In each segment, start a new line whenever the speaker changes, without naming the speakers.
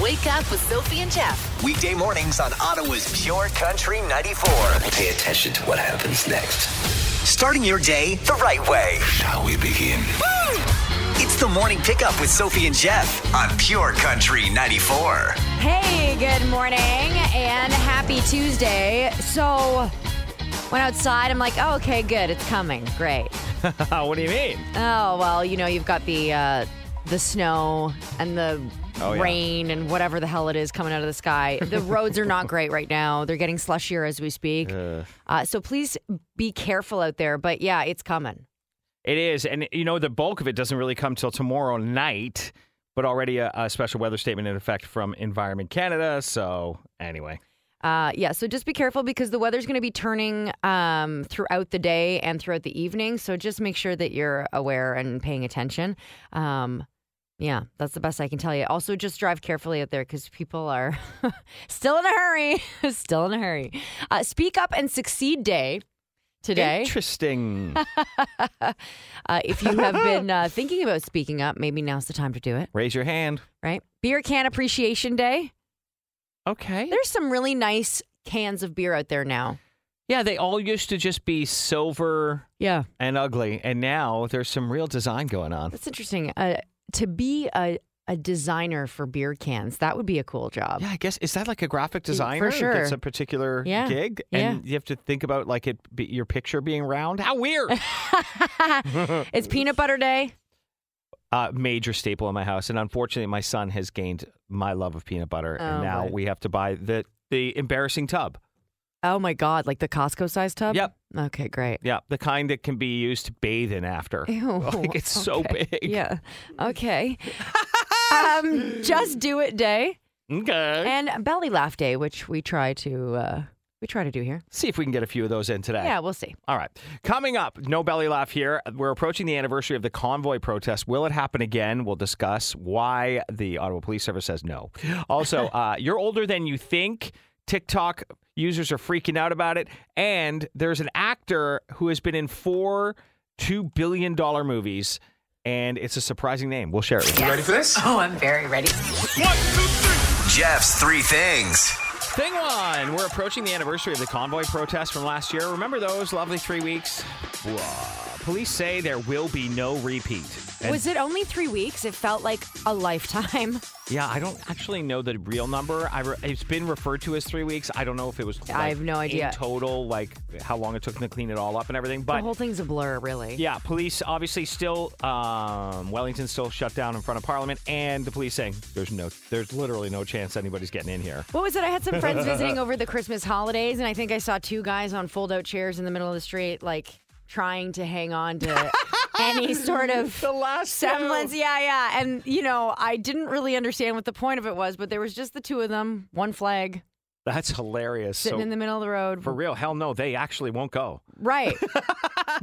Wake up with Sophie and Jeff.
Weekday mornings on Ottawa's Pure Country 94.
Pay attention to what happens next.
Starting your day the right way.
Shall we begin?
It's the morning pickup with Sophie and Jeff on Pure Country 94.
Hey, good morning and happy Tuesday. So, went outside. I'm like, oh, okay, good. It's coming. Great.
what do you mean?
Oh well, you know, you've got the uh, the snow and the
Oh, yeah.
rain and whatever the hell it is coming out of the sky. The roads are not great right now. They're getting slushier as we speak. Uh, so please be careful out there. But yeah, it's coming.
It is, and you know the bulk of it doesn't really come till tomorrow night. But already a, a special weather statement in effect from Environment Canada. So anyway,
Uh, yeah, so just be careful because the weather's going to be turning um, throughout the day and throughout the evening. So just make sure that you're aware and paying attention. Um, yeah, that's the best I can tell you. Also, just drive carefully out there because people are still in a hurry. still in a hurry. Uh, Speak Up and Succeed Day today.
interesting.
Uh, if you have been uh, thinking about speaking up, maybe now's the time to do it,
Raise your hand.
right? Beer Can Appreciation Day.
Okay.
There's some really nice cans of beer out there now.
yeah, they all used to just be silver
Yeah.
and ugly, and now there's some real design going on.
That's interesting. Uh, to be a, a designer for beer cans, that would be a cool job.
Yeah, I guess is that like a graphic designer?
Mm, sure.
It's a particular
Yeah,
gig, and you have to think about like it, be, your picture being round. How weird!
it's peanut butter day.
uh, major staple in my house, and unfortunately, my son has gained my love of peanut butter,
Oh,
and now
boy.
we have to buy the the embarrassing tub.
Oh my God, like the Costco size tub?
Yep.
Okay, great.
Yeah, the kind that can be used to bathe in after.
Ew.
Like Oh, it's so
okay.
big.
Yeah. Okay. um, just do it day
Okay.
and belly laugh day, which we try to uh, we try to do here.
See if we can get a few of those in today.
Yeah, we'll see.
All right. Coming up, no belly laugh here. We're approaching the anniversary of the convoy protest. Will it happen again? We'll discuss why the Ottawa Police Service says no. Also, uh, you're older than you think. TikTok users are freaking out about it. And there's an actor who has been in four $2 billion movies, and it's a surprising name. We'll share it with you.
Ready for this?
Oh, I'm very ready.
Jeff's three things.
Thing one, we're approaching the anniversary of the convoy protest from last year. Remember those lovely three weeks? Blah. Police say there will be no repeat. And-
Was it only three weeks? It felt like a lifetime.
Yeah, I don't actually know the real number. I re- it's been referred to as three weeks. I don't know if it was. Like,
have no idea.
in total, like how long it took them to clean it all up and everything.
The
But
whole thing's a blur, really.
yeah, police obviously still um, Wellington still shut down in front of Parliament, and the police saying there's no, there's literally no chance anybody's getting in here.
What was it? I had some friends visiting over the Christmas holidays, and I think I saw two guys on fold out chairs in the middle of the street, like trying to hang on to any sort of
last
semblance. Yeah, yeah. And, you know, I didn't really understand what the point of it was, but there was just the two of them, one flag,
That's hilarious.
sitting
so
in the middle of the road.
for real, hell no, they actually won't go.
right.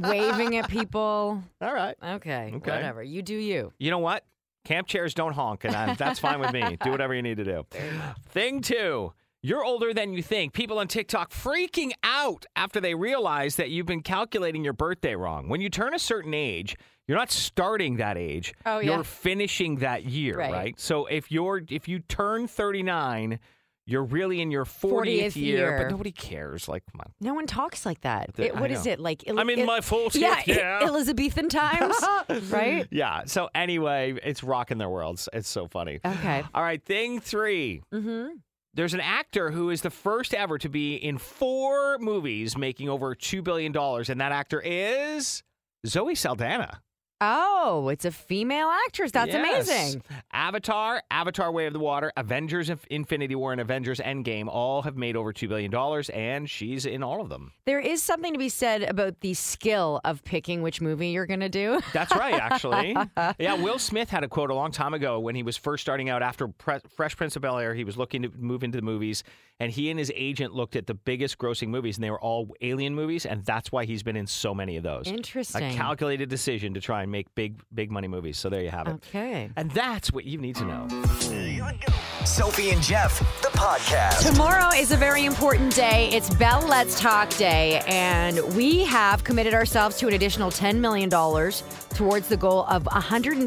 Waving at people.
All right.
Okay,
Okay.
Whatever. You do you.
you know what? Camp chairs don't honk, and i that's fine with me. Do whatever you need to do. Thing two, you're older than you think. People on TikTok freaking out after they realize that you've been calculating your birthday wrong. When you turn a certain age, you're not starting that age.
Oh, yeah.
You're finishing that year,
Right.
right? So if you're if you turn 39, you're really in your 40th,
40th
year,
year.
but nobody cares. Like, come on.
No one talks like that.
The-
It- What
I
is
know.
it? Like,
I'm in my 40th
Yeah,
year.
Elizabethan times, right?
Yeah. So anyway, it's rocking their worlds. It's so funny.
Okay.
All right. Thing three. Mm-hmm. There's an actor who is the first ever to be in four movies, making over two billion dollars, and that actor is Zoe Saldana.
Oh, it's a female actress. That's
Yes.
amazing.
Avatar, Avatar: Way of the Water, Avengers: Inf- Infinity War, and Avengers: Endgame all have made over two billion dollars, and she's in all of them.
There is something to be said about the skill of picking which movie you're going to do.
That's right, actually. yeah, Will Smith had a quote a long time ago when he was first starting out after Pre- Fresh Prince of Bel Air. He was looking to move into the movies, and he and his agent looked at the biggest grossing movies, and they were all alien movies, and that's why he's been in so many of those.
Interesting.
A calculated decision to try and make big, big money movies. So there you have it.
Okay.
And that's what you need to know.
Sophie and Jeff, the podcast.
Tomorrow is a very important day. It's Bell Let's Talk Day, and we have committed ourselves to an additional $10 million towards the goal of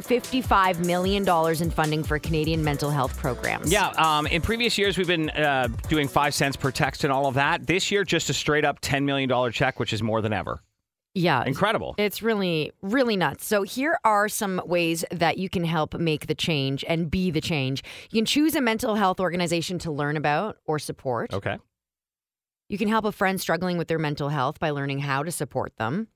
$155 million in funding for Canadian mental health programs.
Yeah, um, in previous years we've been uh, doing five cents per text and all of that. This year, just a straight up ten million dollar check, which is more than ever.
Yeah.
Incredible.
It's really, really nuts. So, here are some ways that you can help make the change and be the change. You can choose a mental health organization to learn about or support.
Okay.
You can help a friend struggling with their mental health by learning how to support them.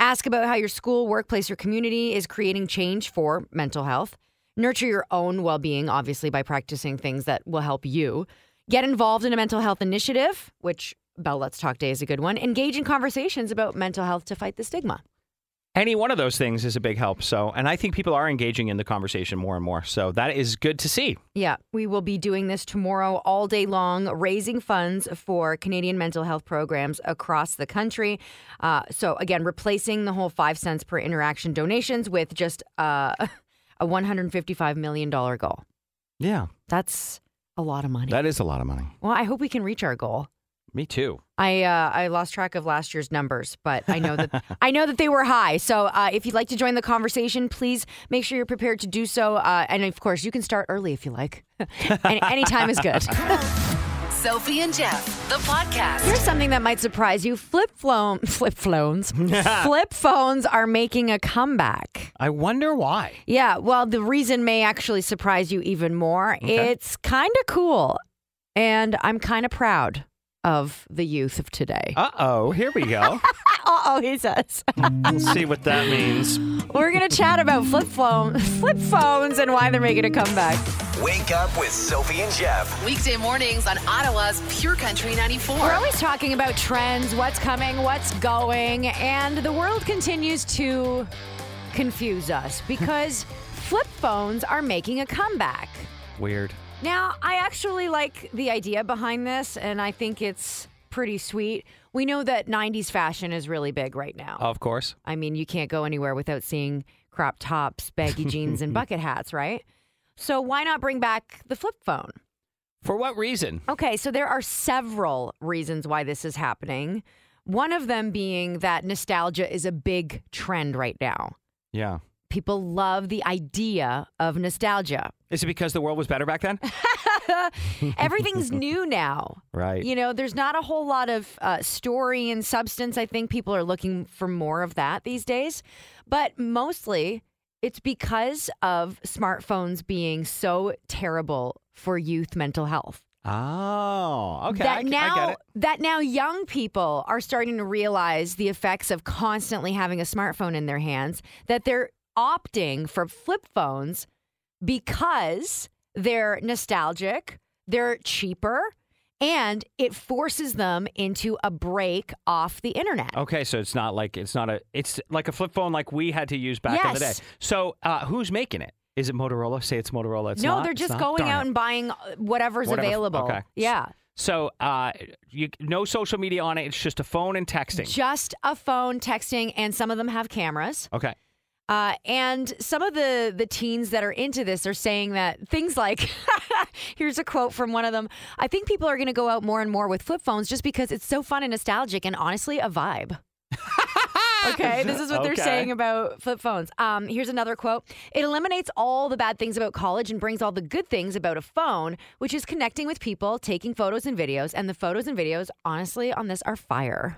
Ask about how your school, workplace, or community is creating change for mental health. Nurture your own well being, obviously, by practicing things that will help you. Get involved in a mental health initiative, which Bell Let's Talk Day is a good one. Engage in conversations about mental health to fight the stigma.
Any one of those things is a big help. So, and I think people are engaging in the conversation more and more. So that is good to see.
Yeah, we will be doing this tomorrow all day long, raising funds for Canadian mental health programs across the country. Uh, so, again, replacing the whole five cents per interaction donations with just uh, a $155 million goal.
Yeah,
That's a lot of money.
that is a lot of money.
well, I hope we can reach our goal.
Me too.
I uh, I lost track of last year's numbers, but I know that I know that they were high. So uh, if you'd like to join the conversation, please make sure you're prepared to do so. Uh, and of course, you can start early if you like. and any time is good.
Sophie and Jeff, the podcast.
Here's something that might surprise you: flip phone, flip phones, flip phones are making a comeback.
I wonder why.
Yeah, well, the reason may actually surprise you even more. It's kind of cool, and I'm kind of proud of the youth of today.
Uh oh, here we go.
Uh oh, he says.
Let's see what that means.
We're gonna chat about flip phone, flip phones, and why they're making a comeback.
Wake up with Sophie and Jeff.
Weekday mornings on Ottawa's Pure Country 94.
We're always talking about trends, what's coming, what's going, and the world continues to confuse us because flip phones are making a comeback.
Weird.
Now, I actually like the idea behind this, and I think it's pretty sweet. We know that 90s fashion is really big right now.
Of course.
I mean, you can't go anywhere without seeing crop tops, baggy jeans, and bucket hats, right? So why not bring back the flip phone?
For what reason?
Okay, so there are several reasons why this is happening. One of them being that nostalgia is a big trend right now.
Yeah.
People love the idea of nostalgia.
Is it because the world was better back then?
Everything's new now.
Right.
You know, there's not a whole lot of uh, story and substance. I think people are looking for more of that these days. But mostly it's because of smartphones being so terrible for youth mental health.
Oh, okay.
that
I,
now
I get it.
that now young people are starting to realize the effects of constantly having a smartphone in their hands that they're opting for flip phones because they're nostalgic, they're cheaper, and it forces them into a break off the internet.
Okay, so it's not like it's not a it's like a flip phone like we had to use back in the day.
Yes.
So uh, who's making it? Is it Motorola? Say it's Motorola. It's
no,
not?
they're
It's
just
not?
going
Darn
out
it.
and buying uh, whatever's
Whatever.
available.
Okay.
Yeah.
so uh, you no social media on it. It's just a phone and texting.
Just a phone texting and some of them have cameras.
okay,
Uh, and some of the the teens that are into this are saying that things like, here's a quote from one of them. I think people are going to go out more and more with flip phones just because it's so fun and nostalgic and honestly a vibe. okay, this is what they're
Okay.
saying about flip phones. Um, here's another quote. It eliminates all the bad things about college and brings all the good things about a phone, which is connecting with people, taking photos and videos, and the photos and videos honestly on this are fire.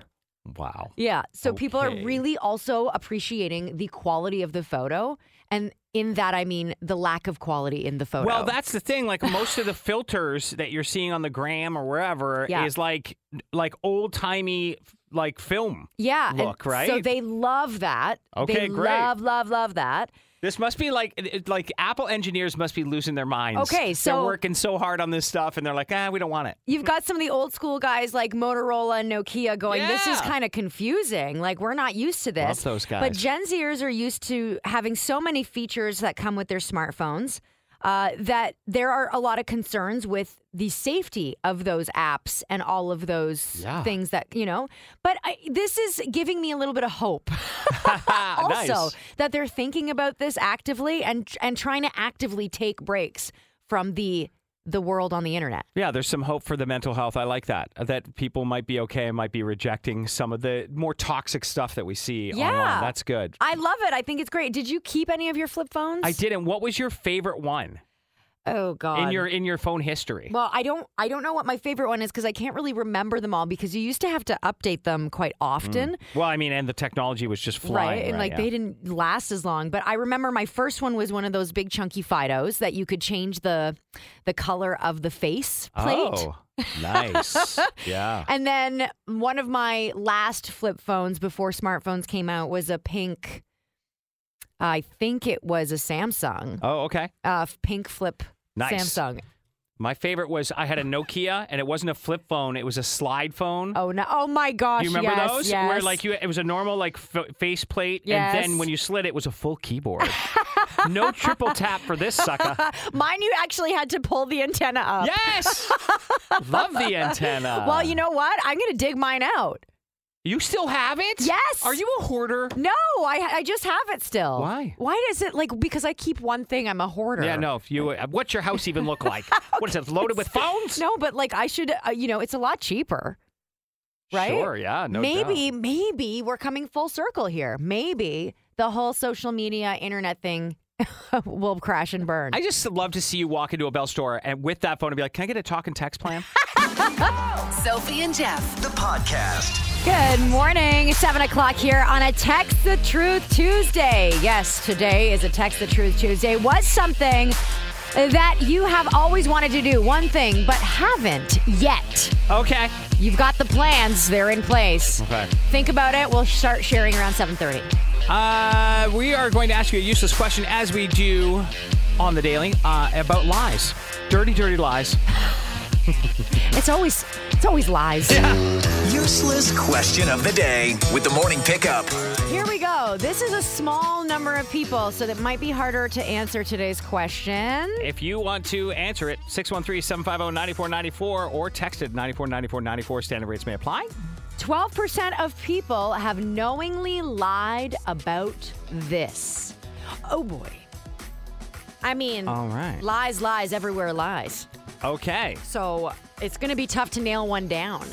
wow.
Yeah. So people are
Okay.
really also appreciating the quality of the photo. And in that, I mean the lack of quality in the photo.
Well, that's the thing. Like most of the filters that you're seeing on the gram or wherever
Yeah.
is like like old timey like film.
yeah. and
look, right?
So they love that.
Okay,
they
great.
Love, love, love that.
This must be like it- like Apple engineers must be losing their minds.
Okay, so-
they're working so hard on this stuff and they're like, ah, we don't want it.
You've got some of the old school guys like Motorola and Nokia going, this is
Yeah.
kind of confusing. Like, we're not used to this.
Love those
But
guys.
Gen Zers are used to having so many features that come with their smartphones uh, that there are a lot of concerns with the safety of those apps and all of those
Yeah.
things that, you know. But I, this is giving me a little bit of hope also
Ah, Nice.
that they're thinking about this actively and, and trying to actively take breaks from the the world on the internet.
Yeah, there's some hope for the mental health. I like that. uh, That people might be okay and might be rejecting some of the more toxic stuff that we see online.
Yeah.
That's good.
I love it. I think it's great. Did you keep any of your flip phones?
I didn't. What was your favorite one
Oh God.
in your in your phone history?
well, I don't I don't know what my favorite one is because I can't really remember them all because you used to have to update them quite often.
Well, I mean, and the technology was just Mm. flying.
Right. And like
yeah.
they didn't last as long. But I remember my first one was one of those big chunky Fidos that you could change the the color of the face plate.
Oh, nice. yeah.
And then one of my last flip phones before smartphones came out was a pink I think it was a Samsung.
Oh, okay.
Uh pink flip
Nice.
Samsung.
My favorite was I had a Nokia, and it wasn't a flip phone; it was a slide phone.
Oh no. Oh my gosh.
you remember
yes,
those?
Yes.
Where like you, it was a normal like f- face plate, and then
Yes.
when you slid, it was a full keyboard. no triple tap for this sucker.
Mine you actually had to pull the antenna up.
Yes, love the antenna.
Well, you know what? I'm going to dig mine out.
you still have it.
Yes.
Are you a hoarder?
No, I I just have it still.
Why?
Why does it like because I keep one thing? I'm a hoarder.
Yeah, no. If you, uh, what's your house even look like? what is it loaded with phones?
No, but like I should, uh, you know, it's a lot cheaper, right?
Sure. Yeah. No.
maybe,
doubt.
maybe we're coming full circle here. Maybe the whole social media internet thing will crash and burn.
I just love to see you walk into a Bell store and with that phone and be like, "Can I get a talk and text plan?"
Sophie and Jeff.
The podcast.
Good morning. It's seven o'clock here on a Text the Truth Tuesday. Yes, today is a Text the Truth Tuesday. Was something that you have always wanted to do, one thing, but haven't yet.
okay.
You've got the plans; they're in place.
Okay.
Think about it. We'll start sharing around seven thirty.
Uh, we are going to ask you a useless question as we do on the daily uh, about lies. Dirty, dirty lies.
It's always, it's always lies.
Useless question of the day with the morning pickup.
Here we go. This is a small number of people, so that might be harder to answer today's question.
If you want to answer it, 613 750 9494 or text it 949494. Standard rates may apply.
12% of people have knowingly lied about this. Oh boy. I mean,
All right.
lies, lies, everywhere lies.
Okay.
So it's going to be tough to nail one down.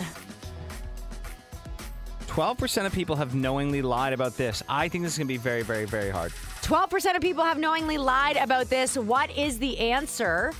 12% of people have knowingly lied about this. I think this is going to be very, very, very hard.
12% of people have knowingly lied about this. What is the answer?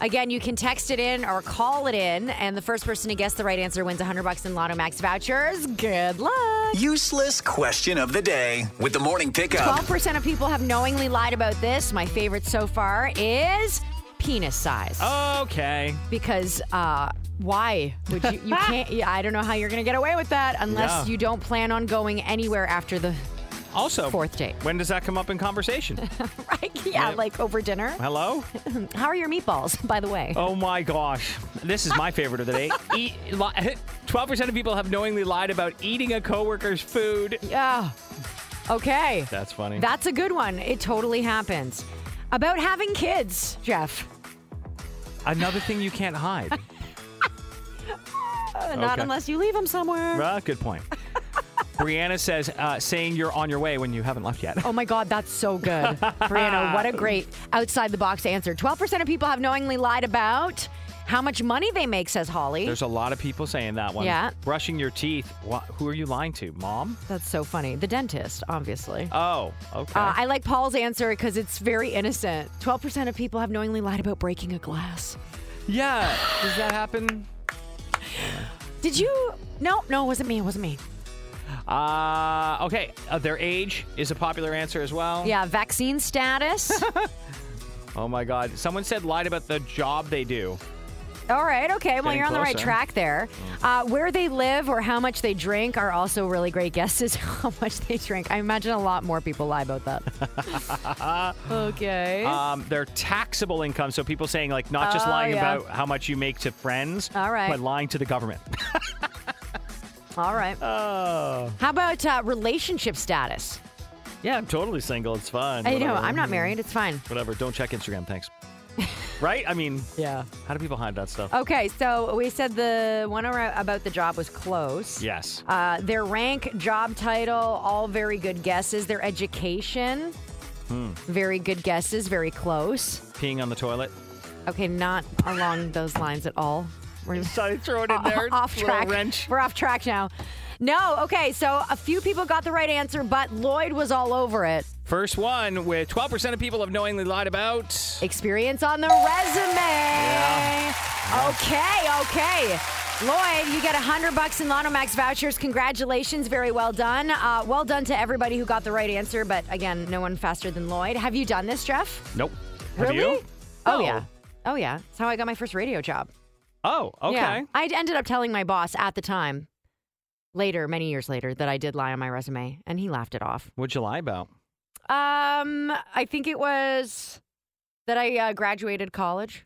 Again, you can text it in or call it in, and the first person to guess the right answer wins 100 bucks in Lotto Max vouchers. Good luck.
Useless question of the day with the morning pickup.
12% of people have knowingly lied about this. My favorite so far is penis size.
Oh. Okay.
Because uh, why would you? You can't. yeah, I don't know how you're going to get away with that unless
Yeah.
you don't plan on going anywhere after the.
Also,
Fourth date.
When does that come up in conversation?
Right? Yeah,
Right.
like over dinner.
Hello?
How are your meatballs, by the way?
Oh my gosh. This is my favorite of the day. Eat, li- 12% of people have knowingly lied about eating a coworker's food.
Yeah. Okay.
That's funny.
That's a good one. It totally happens. About having kids, Jeff.
Another thing you can't hide.
Uh, Not
Okay.
unless you leave them somewhere.
Well, good point. Brianna says, uh, saying you're on your way when you haven't left yet.
Oh my God, that's so good. Brianna, what a great outside the box answer. 12% of people have knowingly lied about how much money they make, says Holly.
There's a lot of people saying that one.
Yeah.
Brushing your teeth. Wha who are you lying to? Mom?
that's so funny. The dentist, obviously.
Oh, okay.
Uh, I like Paul's answer because it's very innocent. 12% of people have knowingly lied about breaking a glass.
yeah. Does that happen?
Did you? No, no, it wasn't me. It wasn't me.
Uh, okay. Uh, their age is a popular answer as well.
Yeah, vaccine status.
Oh my God. Someone said lied about the job they do.
All right, okay. Well,
Getting
you're on the right
closer. Oh.
track there. Uh, where they live or how much they drink are also really great guesses. How much they drink? I imagine a lot more people lie about that. okay.
Um, their taxable income. So people saying like not just
Oh,
lying
yeah.
about how much you make to friends,
All right.
but lying to the government.
All right.
oh.
How about uh, relationship status?
Yeah, I'm totally single. It's fun.
I know
Whatever. Mm-hmm.
I'm not married. It's fine.
Whatever. Don't check Instagram. Thanks. right? I mean,
Yeah. Oh.
how do people hide that stuff?
Okay, so we said the one ar- about the job was close.
Yes.
Uh, their rank, job title, all very good guesses. Their
Hmm.
education, very good guesses, very close.
Peeing on the toilet.
Okay, not along those lines at all. We're
Sorry, throw it in there.
off
little
track.
wrench.
We're off track now. No, okay, so a few people got the right answer, but Lloyd was all over it.
First one with 12% of people have knowingly lied about.
Experience on the resume. Okay, okay. Lloyd, you get a hundred bucks in Lonomax vouchers. Congratulations, very well done. Uh, well done to everybody who got the right answer, but again, no one faster than Lloyd. Have you done this, Jeff?
Nope. Have
really?
you?
Oh
No.
yeah. Oh yeah. That's how I got my first radio job.
Oh, okay.
Yeah. I ended up telling my boss at the time, later, many years later, that I did lie on my resume, and he laughed it off.
What'd you lie about?
Um, I think it was that I uh, graduated college.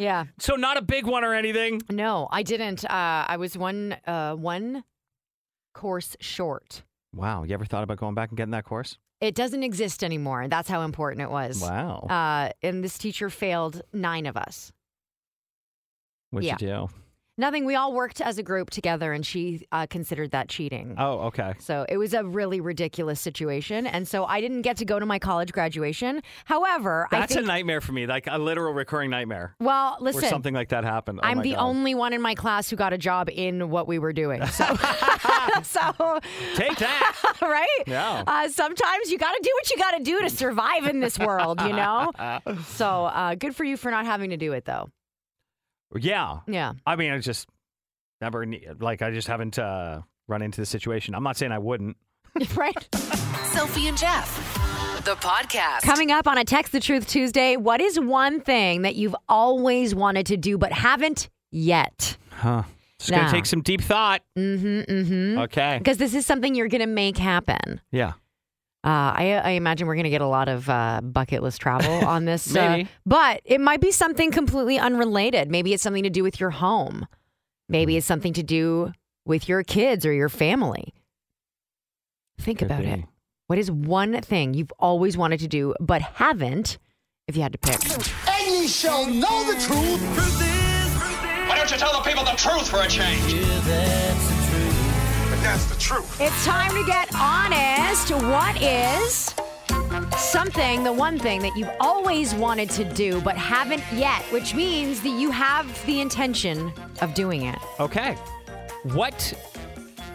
yeah.
So not a big one or anything.
No, I didn't. Uh, I was one uh, one course short.
Wow. You ever thought about going back and getting that course?
It doesn't exist anymore. That's how important it was.
Wow.
Uh, and this teacher failed nine of us.
What'd
yeah.
you do?
Nothing. We all worked as a group together, and she uh, considered that cheating.
Oh, okay.
So it was a really ridiculous situation. And so I didn't get to go to my college graduation. However,
That's
I think,
a nightmare for me, like a literal recurring nightmare
well,
where
listen,
something like that happened. Oh
I'm
my
the
God.
only one in my class who got a job in what we were doing. So, so
Take that.
right?
Yeah.
Uh, sometimes you got to do what you got to do to survive in this world, you know? So uh, good for you for not having to do it, though.
yeah.
Yeah.
I mean, I just never, ne- like, I just haven't uh, run into the situation. I'm not saying I wouldn't.
right?
Sophie and Jeff, the podcast.
Coming up on a Text the Truth Tuesday, what is one thing that you've always wanted to do but haven't yet?
Huh. It's
Nah.
going to take some deep thought.
Mm hmm. Mm hmm.
Okay.
because this is something you're going to make happen.
Yeah.
Uh, I, I imagine we're going to get a lot of uh, bucket list travel on this. uh,
Maybe.
but it might be something completely unrelated. Maybe it's something to do with your home. Maybe it's something to do with your kids or your family. Think
Could
about
be.
it. What is one thing you've always wanted to do but haven't if you had to pick?
and ye shall know the truth.
Why don't you tell the people the truth for a change?
It's time to get honest. What is something, the one thing that you've always wanted to do but haven't yet, which means that you have the intention of doing it?
Okay. What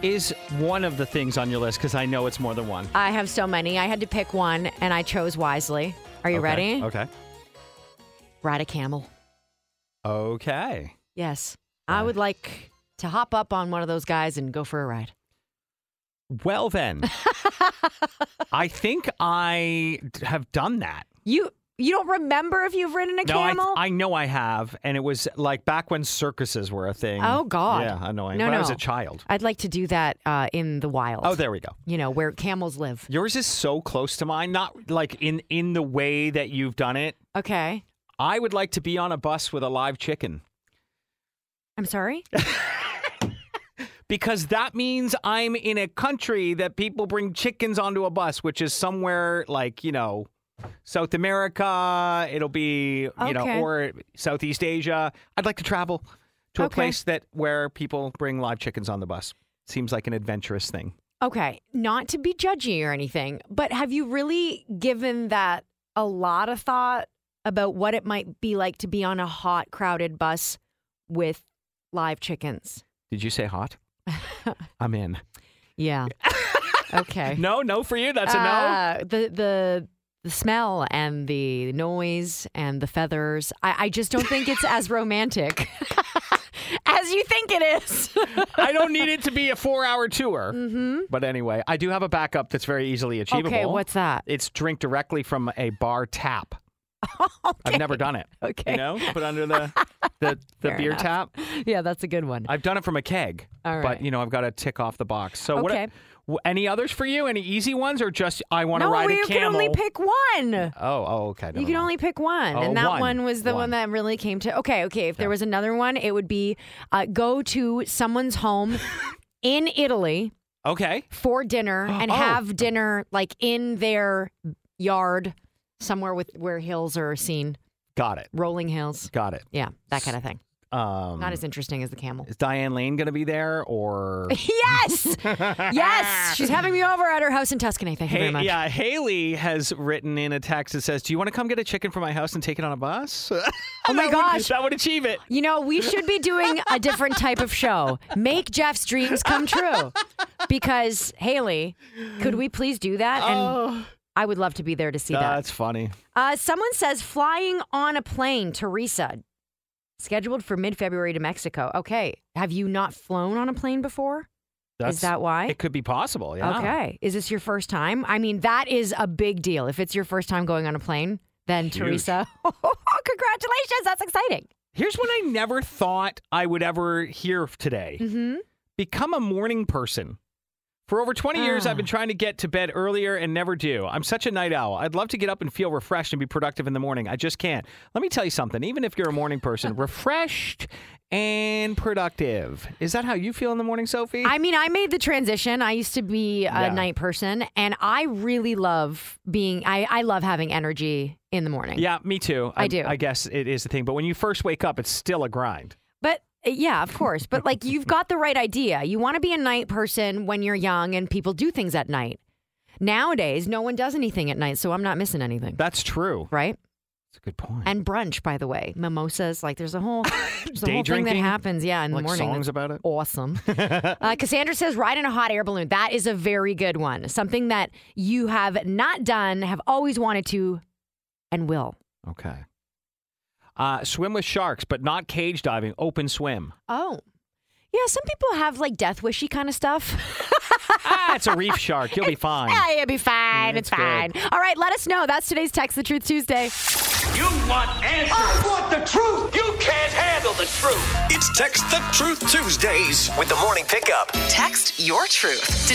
is one of the things on your list? Because I know it's more than one.
I have so many. I had to pick one and I chose wisely. Are you
okay.
ready?
Okay.
Ride a camel.
Okay.
Yes. I would like to hop up on one of those guys and go for a ride.
Well, then, I think I d- have done that.
You you don't remember if you've ridden a
No, I,
camel?
I know I have. And it was like back when circuses were a thing.
Oh, God.
Yeah, annoying.
No,
when I was
no.
a child.
I'd like to do that uh, in the wild.
Oh, there we go.
You know, where camels live.
Yours is so close to mine, not like in in the way that you've done it.
Okay.
I would like to be on a bus with a live chicken
I'm sorry?
because that means I'm in a country that people bring chickens onto a bus, which is somewhere like, you know, South America, it'll be, you
Okay.
know, or Southeast Asia. I'd like to travel to a
Okay.
place that where people bring live chickens on the bus. Seems like an adventurous thing.
Okay, not to be judgy or anything, but have you really given that a lot of thought about what it might be like to be on a hot, crowded bus with live chickens?
Did you say hot? I'm in.
Yeah. okay.
No, no for you. That's a no.
Uh, the the the smell and the noise and the feathers. I, I just don't think it's as romantic as you think it is.
I don't need it to be a four hour tour. Mm-hmm. But anyway, I do have a backup that's very easily achievable.
okay, what's that?
It's drink directly from a bar tap. I've never done it.
Okay.
You know, put under the the, the
Fair
beer
enough.
tap.
Yeah, that's a good one.
I've done it from a keg,
All right.
but you know I've got to tick off the box. So what?
Okay.
w- Any others for you? Any easy ones, or just I want to
no,
ride
you
a
can
camel?
only pick one.
oh, oh, okay.
You
never
can
mind.
only pick one,
Oh,
and that one,
one.
was the one.
One.
that really came to. Okay, okay. If there was another one, it would be uh, go to someone's home in Italy
Okay.
for dinner and
Oh.
have dinner like in their yard somewhere with where hills are seen,
Got it.
rolling hills.
Got it.
Yeah, that kind of thing.
Um,
Not as interesting as the camel.
is Diane Lane going to be there or?
Yes, yes. She's having me over at her house in Tuscany. Thank you very
Hey,
much.
yeah, Haley has written in a text that says, "Do you want to come get a chicken from my house and take it on a bus?"
Oh my gosh.
that would achieve it.
You know, we should be doing a different type of show. Make Jeff's dreams come true. Because Haley, could we please do that? And I would love to be there to see that.
Oh. That's funny.
Uh, someone says flying on a plane, Teresa, scheduled for mid-February to Mexico. Okay, have you not flown on a plane before?
That's,
that why?
It could be possible. Yeah.
Okay, is this your first time? I mean, that is a big deal. If it's your first time going on a plane, then Teresa, oh, congratulations, that's exciting.
Here's one I never thought I would ever hear today.
hmm
Become a morning person. For over 20 years, I've been
Ah.
trying to get to bed earlier and never do. I'm such a night owl. I'd love to get up and feel refreshed and be productive in the morning. I just can't. Let me tell you something. Even if you're a morning person, refreshed and productive. Is that how you feel in the morning, Sophie?
I mean, I made the transition. I used to be a
Yeah.
night person, and I really love being. I I love having energy in the morning.
yeah, me too.
I do.
I guess it is the thing. But when you first wake up, it's still a grind.
But uh, yeah, of course. But like you've got the right idea. You want to be a night person when you're young and people do things at night. Nowadays, no one does anything at night, so I'm not missing anything.
That's true.
right?
That's a good point.
And brunch, by the way, mimosas. Like there's a whole, there's a
Day
whole thing that
drinking?
happens. Yeah, in
like
the morning.
songs
that's
about it.
Awesome. uh, Cassandra says, ride in a hot air balloon. That is a very good one. Something that you have not done, have always wanted to, and will.
Okay. Uh, swim with sharks, but not cage diving. Open swim.
Oh. Yeah, some people have like death wishy kind of stuff.
ah, it's a reef shark. You'll be fine.
Yeah, it'll be fine.
Yeah,
it's
it's
fine.
good.
All right, let us know. That's today's Text the Truth Tuesday.
You want answers?
I want the truth.
You can't handle the truth.
It's Text the Truth Tuesdays with the morning pickup.
Text your truth to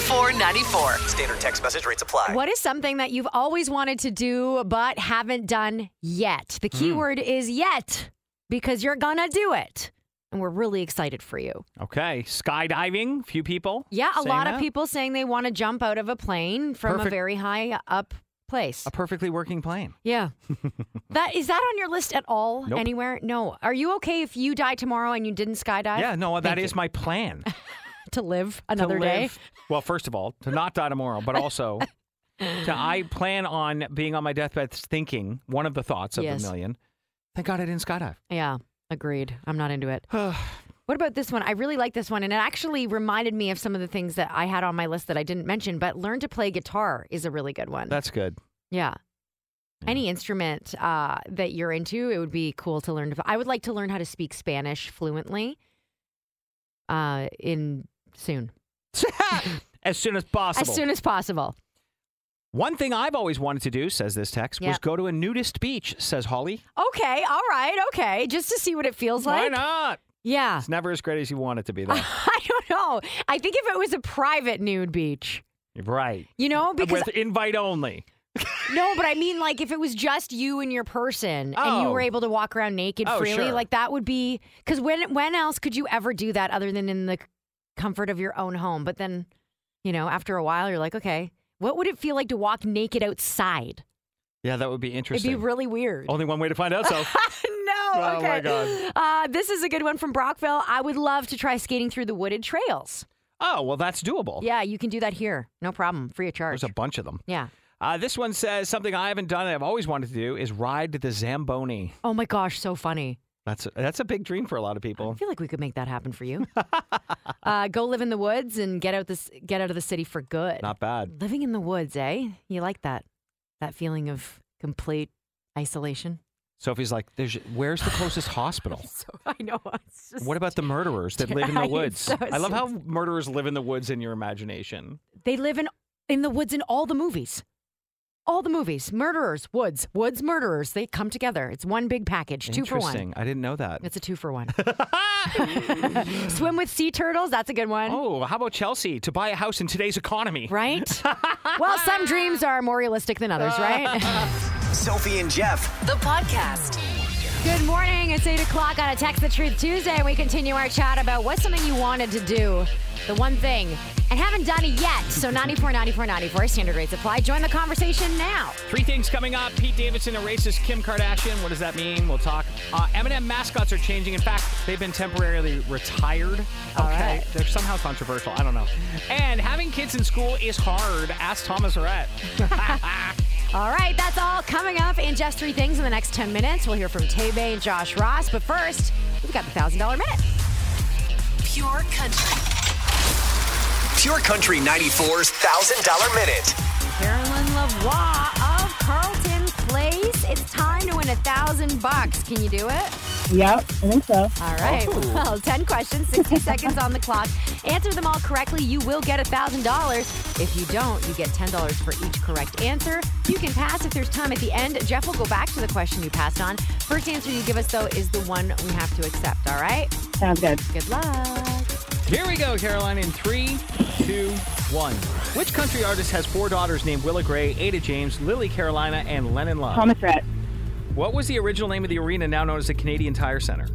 949494.
Standard text message rates apply.
What is something that you've always wanted to do but haven't done yet? The key word is yet because you're gonna do it. And we're really excited for you.
Okay. Skydiving. Few people.
Yeah, a
saying
lot of
that.
people saying they want to jump out of a plane from a
Perfect.
very high up place.
A perfectly working plane.
Yeah. that is that on your list at all
Nope.
anywhere? No. Are you okay if you die tomorrow and you didn't skydive?
yeah. No, that
Thank
is my plan.
you. to live another
to
day.
live- Well, first of all, to not die tomorrow, but also to I plan on being on my deathbed thinking one of the thoughts of
Yes.
the million. Thank God I didn't skydive.
Yeah, agreed. I'm not into it. what about this one? I really like this one, and it actually reminded me of some of the things that I had on my list that I didn't mention. But learn to play guitar is a really good one.
That's good.
yeah. Any instrument uh, that you're into, it would be cool to learn. To, I would like to learn how to speak Spanish fluently. Uh, in soon,
as soon as possible.
as soon as possible.
One thing I've always wanted to do, says this text,
Yeah.
was go to a nudist beach, says Holly.
Okay, all right, okay, just to see what it feels
Why
like.
not?
Yeah,
It's never as great as you want it to be, though.
I don't know. I think if it was a private nude beach,
right.
you know, because
With invite only.
No, but I mean, like, if it was just you and your person, and you
Oh.
were able to walk around naked
Oh,
freely,
sure.
like that would be because when when else could you ever do that other than in the comfort of your own home? But then, you know, after a while, you're like, okay, what would it feel like to walk naked outside?
Yeah, that would be
It'd
interesting.
be really weird.
only one way to find out, so.
no,
Oh,
okay.
my God.
Uh, this is a good one from Brockville. I would love to try skating through the wooded trails.
oh, well, that's doable.
Yeah, you can do that here, no problem, free of charge.
There's a bunch of them.
yeah.
Uh, this one says something I haven't done and I've always wanted to do is ride the Zamboni.
Oh my gosh, so funny.
That's a, that's a big dream for a lot of
I
people.
feel like we could make that happen for you. uh, go live in the woods and get out this get out of the city for good.
Not bad.
Living in the woods, eh? You like that? That feeling of complete isolation.
Sophie's like, There's, where's the closest hospital?
So I know. It's just,
What about the murderers that live in the
I'm
woods?
so
I love how murderers live in the woods in your imagination.
they live in in the woods in all the movies? All the movies, murderers, woods, woods, murderers. They come together. It's one big package, two for one.
Interesting. I didn't know that.
It's a two for one. Swim with sea turtles. That's a good one.
Oh, how about Chelsea to buy a house in today's economy?
Right? well, some dreams are more realistic than others, right?
Sophie and Jeff.
The podcast.
Good morning. It's 8 o'clock on a Text the Truth Tuesday. We continue our chat about what's something you wanted to do. The one thing and haven't done it yet. So 94, 94, 94, standard rates apply. Join the conversation now.
Three things coming up. Pete Davidson erases Kim Kardashian. What does that mean? We'll talk. Uh, M&M mascots are changing. In fact, they've been temporarily retired.
All right.
They're somehow controversial. I don't know. And having kids in school is hard. Ask Thomas Rhett.
All right, that's all coming up in just three things in the next 10 minutes. We'll hear from Tebe and Josh Ross. But first, we've got the $1,000 minute.
Pure country.
Pure Country 94's $1,000 minute.
Carolyn Lavoie of Carlton Place. It's time to win a thousand bucks. Can you do it?
Yep, I think so.
All right.
Oh.
Well, 10 questions, 60 seconds on the clock. Answer them all correctly, you will get $1,000. If you don't, you get $10 for each correct answer. You can pass if there's time at the end. Jeff will go back to the question you passed on. First answer you give us, though, is the one we have to accept. All right?
Sounds good.
Good luck.
Here we go, Caroline, in three, two, one. Which country artist has four daughters named Willa Gray, Ada James, Lily Carolina, and Lennon Love?
Thomas Rhett,
What was the original name of the arena now known as the Canadian Tire Center?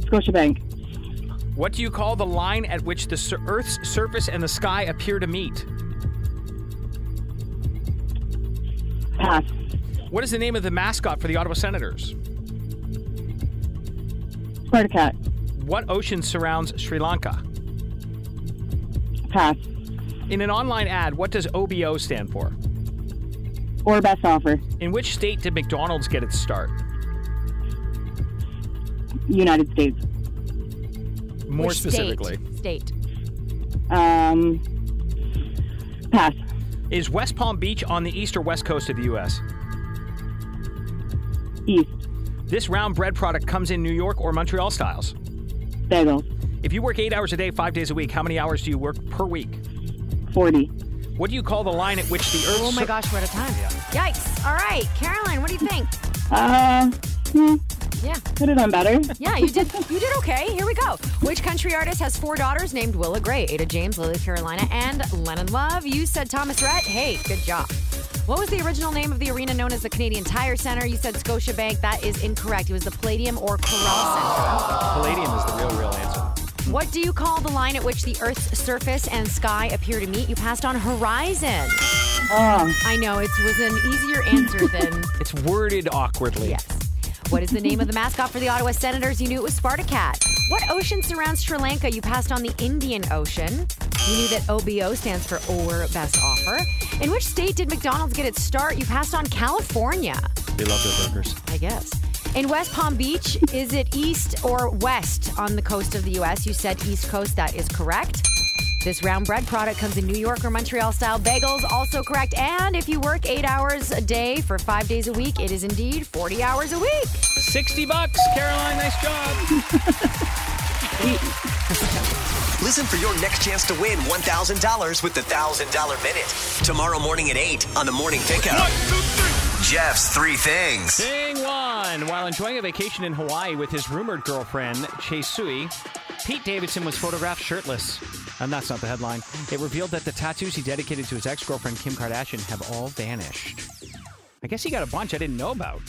Scotiabank,
What do you call the line at which the sur- Earth's surface and the sky appear to meet?
pass.
What is the name of the mascot for the Ottawa Senators?
Spartacat,
What ocean surrounds Sri Lanka?
pass.
In an online ad, what does OBO stand for?
Or best offer,
In which state did McDonald's get its start?
United States.
More
Which
specifically,
State. state.
Um, pass.
is West Palm Beach on the east or west coast of the U.S.?
East,
This round bread product comes in New York or Montreal styles.
bagels,
If you work eight hours a day, five days a week, how many hours do you work per week?
40.
What do you call the line at which the Earth?
Oh my gosh, we're out of time. Yikes. All right, Caroline, what do you think?
Uh, hmm,
Yeah.
could have done better.
Yeah, you did. You did okay. Here we go. Which country artist has four daughters named Willa Gray, Ada James, Lily Carolina, and Lennon Love? You said Thomas Rhett. Hey, good job. What was the original name of the arena known as the Canadian Tire Center? You said Scotiabank. That is incorrect. It was the Palladium or Corral
Palladium is the real, real answer.
Center. What do you call the line at which the Earth's surface and sky appear to meet? You passed on horizon.
Oh,
I know it was an easier answer than
It's worded awkwardly.
Yes. What is the name of the mascot for the Ottawa Senators? You knew it was Spartacat. What ocean surrounds Sri Lanka? You passed on the Indian Ocean. You knew that OBO stands for Or Best Offer. In which state did McDonald's get its start? You passed on California,
They love their burgers.
I guess. In West Palm Beach, is it east or west on the coast of the U.S.? You said East Coast. That is correct. This round bread product comes in New York or Montreal style bagels, also correct. And if you work eight hours a day for five days a week, it is indeed 40 hours a week.
60 bucks, Caroline. Nice job.
Listen for your next chance to win $1,000 with the $1,000 minute. Tomorrow morning at 8 on the morning pickup. Jeff's three things.
Thing one. While enjoying a vacation in Hawaii with his rumored girlfriend, Chaesui, Pete Davidson was photographed shirtless. And that's not the headline. It revealed that the tattoos he dedicated to his ex girlfriend, Kim Kardashian, have all vanished. I guess he got a bunch I didn't know about.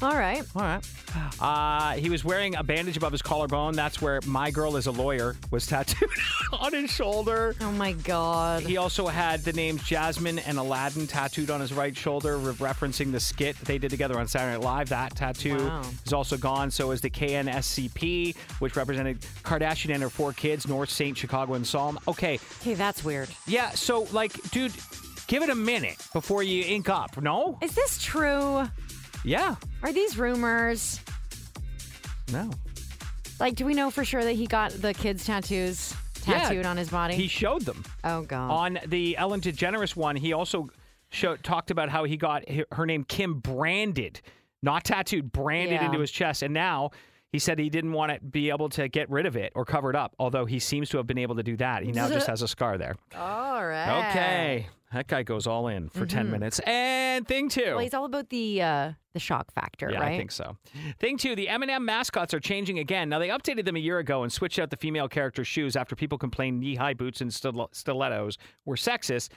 All right.
All right. Uh, he was wearing a bandage above his collarbone. That's where My Girl is a Lawyer was tattooed on his shoulder.
Oh my God.
He also had the names Jasmine and Aladdin tattooed on his right shoulder, re- referencing the skit they did together on Saturday Night Live. That tattoo
Wow.
is also gone. So is the KNSCP, which represented Kardashian and her four kids, North, St. Chicago, and Psalm. Okay.
Okay, that's weird.
Yeah. So, like, dude, give it a minute before you ink up. No?
Is this true?
Yeah.
Are these rumors?
No.
Like, do we know for sure that he got the kids' tattoos tattooed
Yeah.
on his body?
He showed them.
oh God.
On the Ellen DeGeneres one, he also showed, talked about how he got h- her name Kim branded, not tattooed, branded
Yeah.
into his chest. And now he said he didn't want to be able to get rid of it or cover it up, although he seems to have been able to do that. He now just has a scar there.
all right.
Okay. That guy goes all in for 10 minutes. And thing two.
Well, he's all about the uh, the shock factor,
Yeah,
right?
I think so. Thing two, the M&M mascots are changing again. Now they updated them a year ago and switched out the female character's shoes after people complained knee-high boots and stil- stilettos were sexist.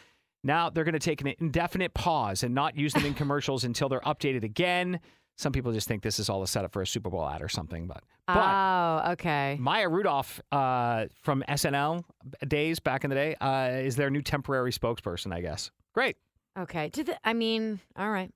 Now they're going to take an indefinite pause and not use them in commercials until they're updated again. Some people just think this is all a setup for a Super Bowl ad or something, but but
Oh, okay.
Maya Rudolph uh, from SNL days back in the day uh, is their new temporary spokesperson, I guess. Great.
Okay. Did the, I mean, all right.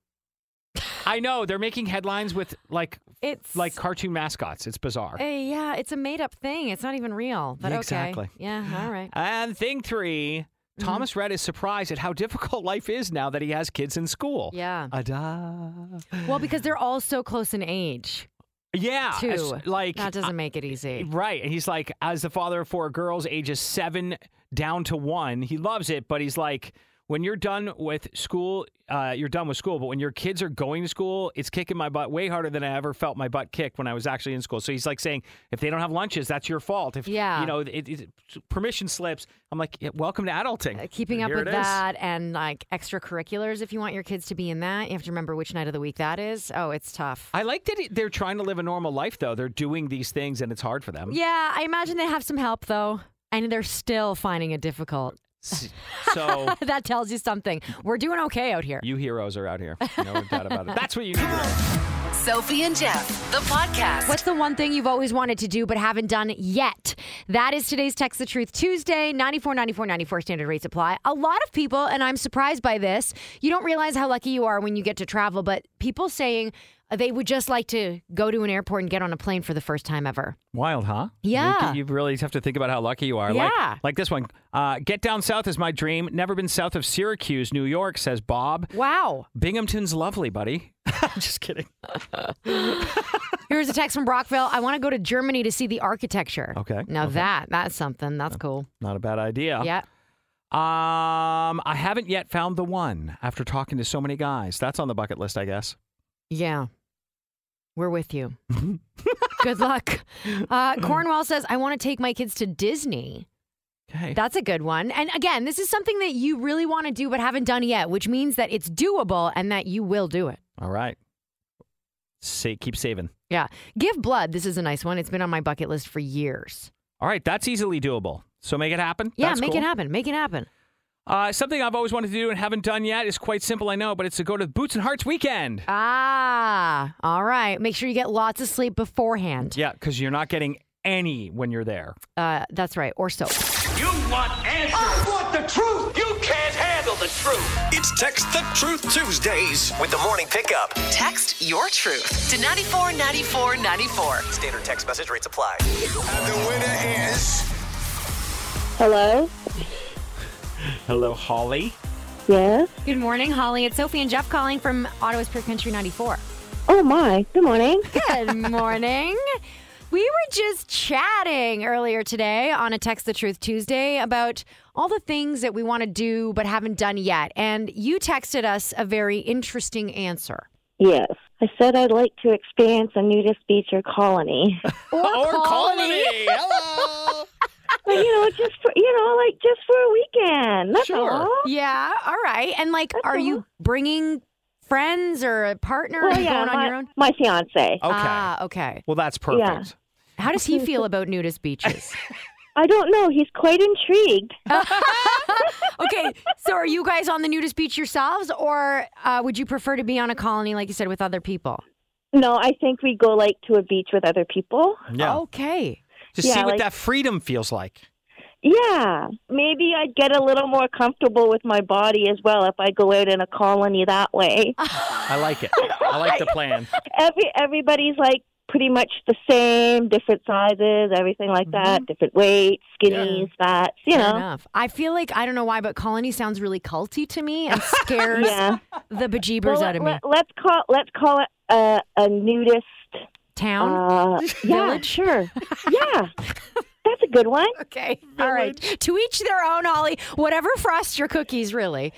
I know they're making headlines with like
It's
like cartoon mascots. It's bizarre.
uh, yeah, it's a made up thing. It's not even real. But okay.
Exactly.
Yeah. All right.
And thing three,
Mm-hmm.
Thomas Red is surprised at how difficult life is now that he has kids in school.
Yeah.
Ada.
Well, because they're all so close in age,
Yeah.
too.
it's Like
that doesn't make it easy.
Right. And he's like, as the father of four girls, ages seven down to one, he loves it, but he's like, when you're done with school, uh, you're done with school. But when your kids are going to school, it's kicking my butt way harder than I ever felt my butt kicked when I was actually in school. So he's like saying, if they don't have lunches, that's your fault. If
Yeah.
you know, it, it, permission slips. I'm like, yeah, welcome to adulting.
Uh, Keeping up
Here
with
it is.
that and like extracurriculars, if you want your kids to be in that, you have to remember which night of the week that is. Oh, it's tough.
I like that he- they're trying to live a normal life, though. They're doing these things, and it's hard for them.
yeah, I imagine they have some help though, and they're still finding it difficult.
S- So
that tells you something. We're doing okay out here.
you heroes are out here. No doubt about it. That's what you need to know.
Sophie and Jeff, the podcast.
What's the one thing you've always wanted to do but haven't done yet? That is today's Text the Truth Tuesday, 94, 94, 94 standard rates apply. A lot of people, and I'm surprised by this, you don't realize how lucky you are when you get to travel, but people saying they would just like to go to an airport and get on a plane for the first time ever.
Wild, huh?
Yeah.
You, you really have to think about how lucky you are.
Yeah.
Like, like this one. Uh, Get down south is my dream. Never been south of Syracuse, New York, says Bob.
Wow.
Binghamton's lovely, buddy. I'm just kidding.
Here's a text from Brockville. I want to go to Germany to see the architecture.
Okay, Uh,
Now that, that's something. That's cool.
Not a bad idea.
Yeah.
Um, I haven't yet found the one after talking to so many guys. That's on the bucket list, I guess.
Yeah. We're with you. good luck. Uh, Cornwall says, I want to take my kids to Disney.
Okay.
That's a good one. And again, this is something that you really want to do but haven't done yet, which means that it's doable and that you will do it.
All right. Say, keep saving.
Yeah. Give blood. This is a nice one. It's been on my bucket list for years.
All right. That's easily doable. So make it happen.
Yeah,
That's
make
cool.
it happen. Make it happen.
Uh, something I've always wanted to do and haven't done yet is quite simple, I know, but it's to go to Boots and Hearts weekend.
Uh, Ah, all right. Make sure you get lots of sleep beforehand.
Yeah, because you're not getting any when you're there.
Uh, that's right. Or so.
You want answers. I want the truth. You can't handle the truth.
It's Text the Truth Tuesdays with the morning pickup.
Text your truth to 94, 94, 94.
Standard text message rates apply.
And the winner is.
Hello?
Hello, Holly.
Yes?
Good morning, Holly. It's Sophie and Jeff calling from Ottawa's Pure Country 94.
Oh, my. Good morning.
Good morning. We were just chatting earlier today on a Text the Truth Tuesday about all the things that we want to do but haven't done yet. And you texted us a very interesting answer.
yes. I said I'd like to experience a nudist beach or colony.
Or,
Hello.
But, you know, just for, you know, like just for a weekend. That's
Sure.
all.
Yeah. All right. And like, are you bringing friends or a partner or
Uh-huh. Well,
you
yeah,
going on
my,
your own?
my fiance.
Okay.
Ah, okay.
well, that's perfect.
How does he feel about nudist beaches?
I don't know. He's quite intrigued.
okay. So are you guys on the nudist beach yourselves or uh, would you prefer to be on a colony, like you said, with other people?
No, I think we go like to a beach with other people.
Yeah.
Oh, Okay.
Just see
yeah,
what
like-
that freedom feels like.
Yeah, maybe I'd get a little more comfortable with my body as well if I go out in a colony that way.
I like it. I like the plan.
Every everybody's like pretty much the same, different sizes, everything like that, different weights, skinnies, fats, you
Mm-hmm. Fair
know.
enough. I feel like I don't know why, but colony sounds really culty to me and scares
Yeah.
the bejeebers
Well,
out of me.
let, us call let's call it a, a nudist
Town.
uh, yeah,
Oh. Village?
sure. Yeah. That's a good one.
okay. All right. To each their own, Holly. Whatever frosts your cookies, really.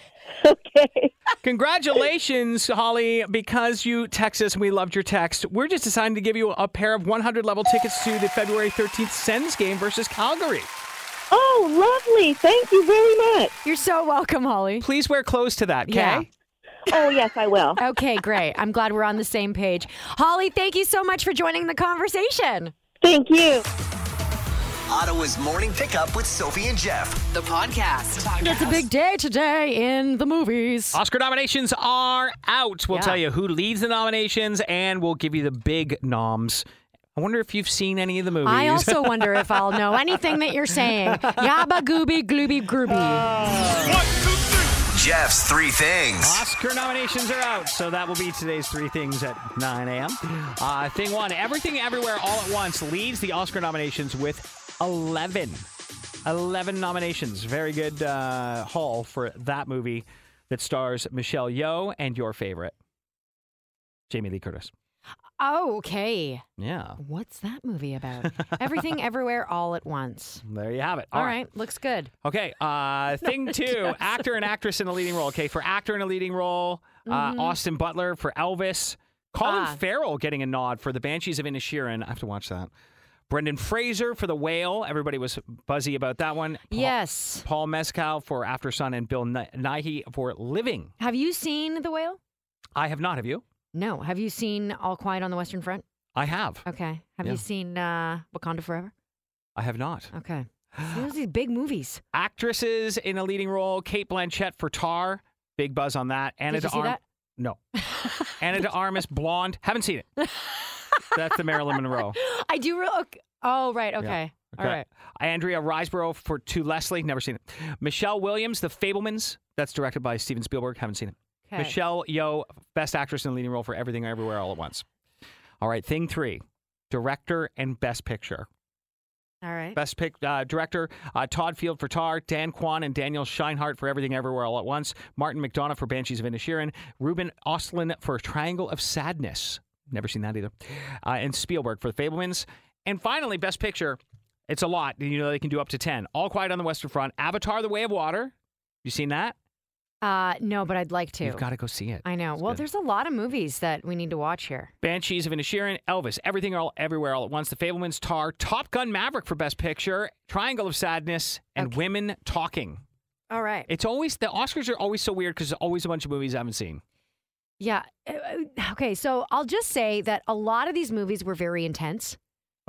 Okay.
Congratulations, Holly, because you text us and we loved your text. We're just deciding to give you a pair of 100 level tickets to the February 13th Sens game versus Calgary.
Oh, lovely. Thank you very much.
You're so welcome, Holly.
Please wear clothes to that, okay?
Yeah.
Oh, yes, I will.
Okay, great. I'm glad we're on the same page. Holly, thank you so much for joining the conversation.
Thank you.
Ottawa's morning pickup with Sophie and Jeff.
The podcast.
It's a big day today in the movies.
Oscar nominations are out. We'll
Yeah.
tell you who leads the nominations and we'll give you the big noms. I wonder if you've seen any of the movies.
I also wonder if I'll know anything that you're saying. Yabba gooby glooby grooby.
Jeff's three things.
Oscar nominations are out, so that will be today's three things at 9 a.m. Uh, thing one Everything Everywhere All at Once leads the Oscar nominations with 11. 11 nominations. Very good uh, haul for that movie that stars Michelle Yeoh and your favorite, Jamie Lee Curtis.
Oh.
Okay.
Yeah,
What's that movie about? Everything, everywhere, all at once.
there you have it.
All right. Looks good.
Okay. Uh, thing two actor and actress in a leading role. Okay, for actor in a leading role, uh, Austin Butler for Elvis. Colin
Mm-hmm. Ah.
Farrell getting a nod for The Banshees of Inisherin. I have to watch that. Brendan Fraser for The Whale. Everybody was buzzy about that one. Paul-
Yes.
Paul Mescal for After Sun and Bill Ni- Nighy for Living.
Have you seen The Whale?
I have not. Have you?
No. Have you seen All Quiet on the Western Front?
I have.
Okay. Have
Yeah.
you seen uh, Wakanda Forever?
I have not.
Okay. See, those are these big movies.
Actresses in a leading role. Kate Blanchett for Tar. Big buzz on that. Anna
Did you
de
see
Arm-
that?
No. Anna de Armas, blonde. Haven't seen it. That's the Marilyn Monroe.
I do. Re- okay. Oh, right. Okay. All
Okay.
right.
Andrea Riseborough for To Leslie. Never seen it. Michelle Williams, The Fablemans. That's directed by Steven Spielberg. Haven't seen it.
'Kay.
Michelle Yeoh, Best Actress in a Leading Role for Everything Everywhere All at Once. All right, thing three, director and best picture.
All right.
Best pick uh, director uh, Todd Field for Tar, Dan Kwan and Daniel Scheinhardt for Everything Everywhere All at Once, Martin McDonough for Banshees of Inisherin, Ruben Ostlin for Triangle of Sadness. Never seen that either. Uh, and Spielberg for The Fablemans. And finally, Best Picture. It's a lot. You know they can do up to ten. All Quiet on the Western Front, Avatar: The Way of Water. You seen that?
Uh, no, but I'd like to.
You've got to go see it.
I know.
It's
Well,
good.
there's a lot of movies that we need to watch here.
Banshees of Inisherin, Elvis, Everything All Everywhere All at Once, The Fablemans, Tar, Top Gun: Maverick for Best Picture, Triangle of Sadness, and
Okay.
Women Talking.
All right.
It's always the Oscars are always so weird because there's always a bunch of movies I haven't seen.
Yeah. Uh, uh, Okay. So I'll just say that a lot of these movies were very intense.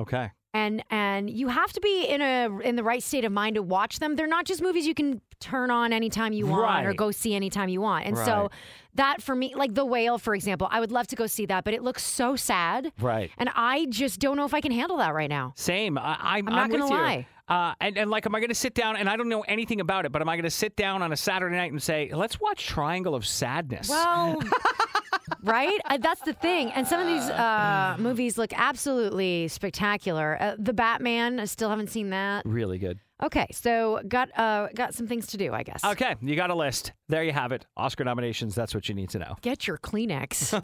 Okay.
And and you have to be in a in the right state of mind to watch them. They're not just movies you can turn on anytime you want or
Right.
go see anytime you want. And so
Right.
that for me, like The Whale, for example, I would love to go see that, but it looks so sad.
Right.
And I just don't know if I can handle that right now.
Same. I, I'm,
I'm not
going
gonna
to
lie.
Uh, and, and like, am I going to sit down? And I don't know anything about it, but am I going to sit down on a Saturday night and say, let's watch Triangle of Sadness?
Well, right? Uh, That's the thing. And some of these uh, movies look absolutely spectacular. Uh, the Batman, I still haven't seen that.
really good.
Okay, so got uh, got some things to do, I guess.
Okay. You got a list. There you have it. Oscar nominations. That's what you need to know.
Get your Kleenex.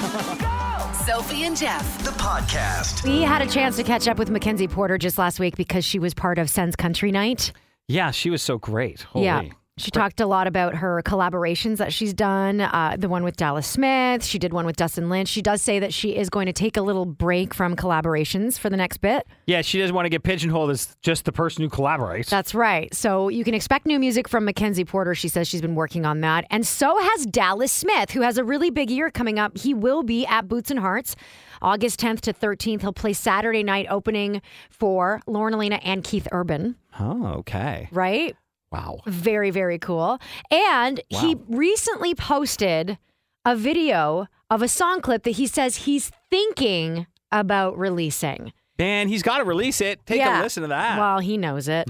Sophie and Jeff.
The podcast.
we had a chance to catch up with Mackenzie Porter just last week because she was part of Sen's Country Night.
Yeah, she was so great. Holy.
Yeah. She talked a lot about her collaborations that she's done, uh, the one with Dallas Smith. She did one with Dustin Lynch. She does say that she is going to take a little break from collaborations for the next bit.
Yeah, she doesn't want to get pigeonholed as just the person who collaborates.
That's right. So you can expect new music from Mackenzie Porter. She says she's been working on that. And so has Dallas Smith, who has a really big year coming up. He will be at Boots and Hearts August 10th to 13th. He'll play Saturday night opening for Lauren Elena and Keith Urban,
oh, okay.
right?
Wow.
Very, very cool. And he recently posted a video of a song clip that he says he's thinking about releasing.
Man, he's got to release it. Take a listen to that.
Well, he knows it.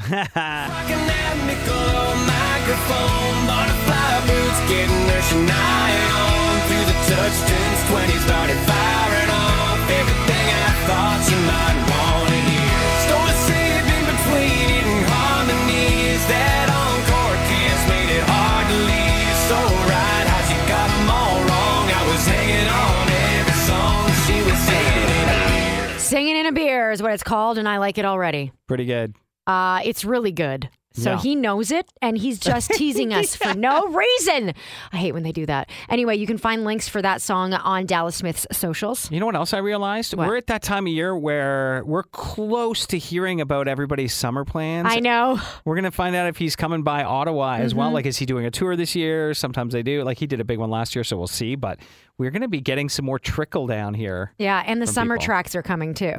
Singing in a Beer is what it's called, and I like it already.
Pretty good.
Uh, it's really good. So
Yeah.
he knows it and he's just teasing us for no reason. I hate when they do that. Anyway, you can find links for that song on Dallas Smith's socials.
You know what else I realized? We're at that time of year where we're close to hearing about everybody's summer plans.
I Mm-hmm. know.
We're going to find out if he's coming by Ottawa as well. Like, is he doing a tour this year? Sometimes they do. Like, he did a big one last year, so we'll see. But we're going to be getting some more trickle down here.
Yeah, and the summer
people.
tracks are coming too.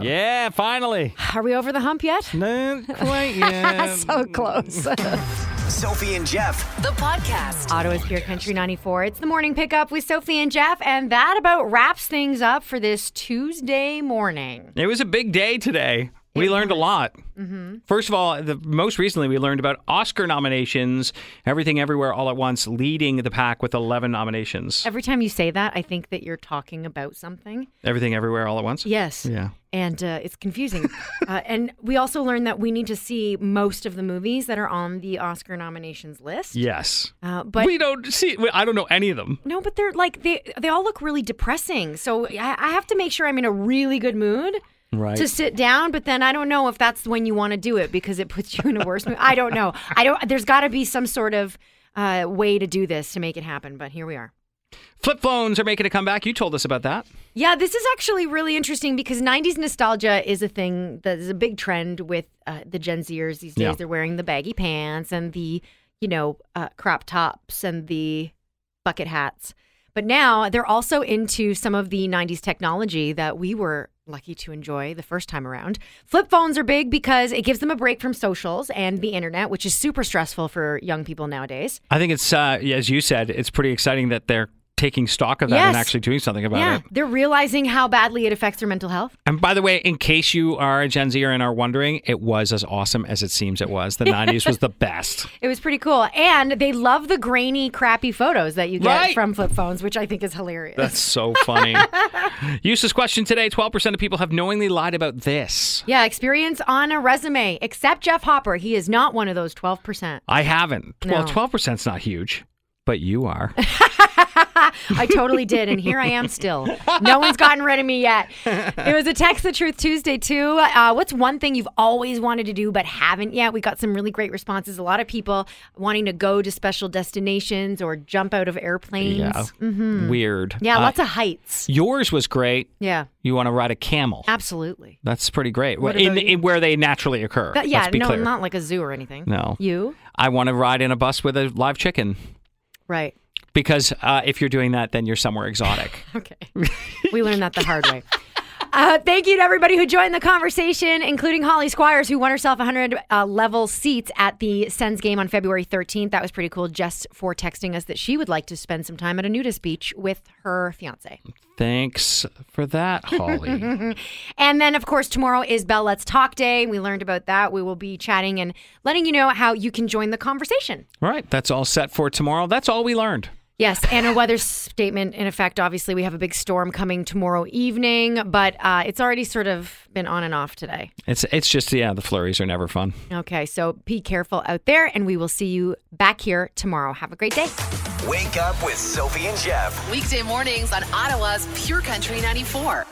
Yeah, finally.
Are we over the hump yet?
Not quite yet.
so close.
Sophie and Jeff.
The podcast.
Ottawa's Pure Country 94. It's the morning pickup with Sophie and Jeff, and that about wraps things up for this Tuesday morning.
It was a big day today. We learned a lot.
Mm-hmm.
First of all, the most recently we learned about Oscar nominations, Everything Everywhere All at Once leading the pack with 11 nominations.
Every time you say that, I think that you're talking about something.
Everything Everywhere All at Once?
Yes.
Yeah.
And uh, it's confusing. uh, and we also learned that we need to see most of the movies that are on the Oscar nominations list.
Yes.
Uh, but
we don't see we- I don't know any of them.
No, but they're like they they all look really depressing. So I, I have to make sure I'm in a really good mood
Right.
to sit down. But then I don't know if that's when you want to do it because it puts you in a worse mood. I don't know. I don't. There's got to be some sort of uh, way to do this to make it happen. But here we are.
Flip phones are making a comeback. You told us about that.
Yeah, this is actually really interesting because 90s nostalgia is a thing that is a big trend with uh, the Gen Zers these days.
Yeah.
They're wearing the baggy pants and the, you know, uh, crop tops and the bucket hats. But now they're also into some of the 90s technology that we were lucky to enjoy the first time around. Flip phones are big because it gives them a break from socials and the internet, which is super stressful for young people nowadays.
I think it's uh, as you said, it's pretty exciting that they're taking stock of that and
Yes.
actually doing something about
Yeah,
it.
they're realizing how badly it affects their mental health.
And by the way, in case you are a Gen Zer and are wondering, it was as awesome as it seems it was. The 90s was the best.
It was pretty cool. And they love the grainy, crappy photos that you get
Right.
from flip phones, which I think is hilarious.
That's so funny. Eustace question today 12% of people have knowingly lied about this.
yeah, experience on a resume, except Jeff Hopper. He is not one of those 12%.
I haven't.
No.
Well, 12% is not huge, but you are.
I totally did, and here I am still. No one's gotten rid of me yet. It was a Text the Truth Tuesday, too. Uh, what's one thing you've always wanted to do but haven't yet? We got some really great responses. A lot of people wanting to go to special destinations or jump out of airplanes.
yeah. Weird.
Hmm. Yeah,
Uh,
lots of heights.
yours was great.
Yeah,
You want to ride a camel.
absolutely.
That's pretty great.
What
in,
about you?
in where they naturally occur.
That- yeah,
let's be
no,
clear.
not like a zoo or anything.
No.
You?
I want to ride in a bus with a live chicken
Right.
because uh, if you're doing that, then you're somewhere exotic.
Okay. we learned that the hard way. Uh, thank you to everybody who joined the conversation, including Holly Squires, who won herself 100 uh, level seats at the Sens game on February 13th. That was pretty cool, just for texting us that she would like to spend some time at a nudist beach with her fiance.
Thanks for that, Holly.
And then, of course, tomorrow is Bell Let's Talk Day. We learned about that. We will be chatting and letting you know how you can join the conversation.
all right, that's all set for tomorrow. That's all we learned.
Yes, and a weather statement in effect. Obviously, we have a big storm coming tomorrow evening, but uh, it's already sort of been on and off today.
It's it's just yeah, the flurries are never fun.
Okay, so be careful out there, and we will see you back here tomorrow. Have a great day.
Wake up with Sophie and Jeff.
Weekday mornings on Ottawa's Pure Country 94.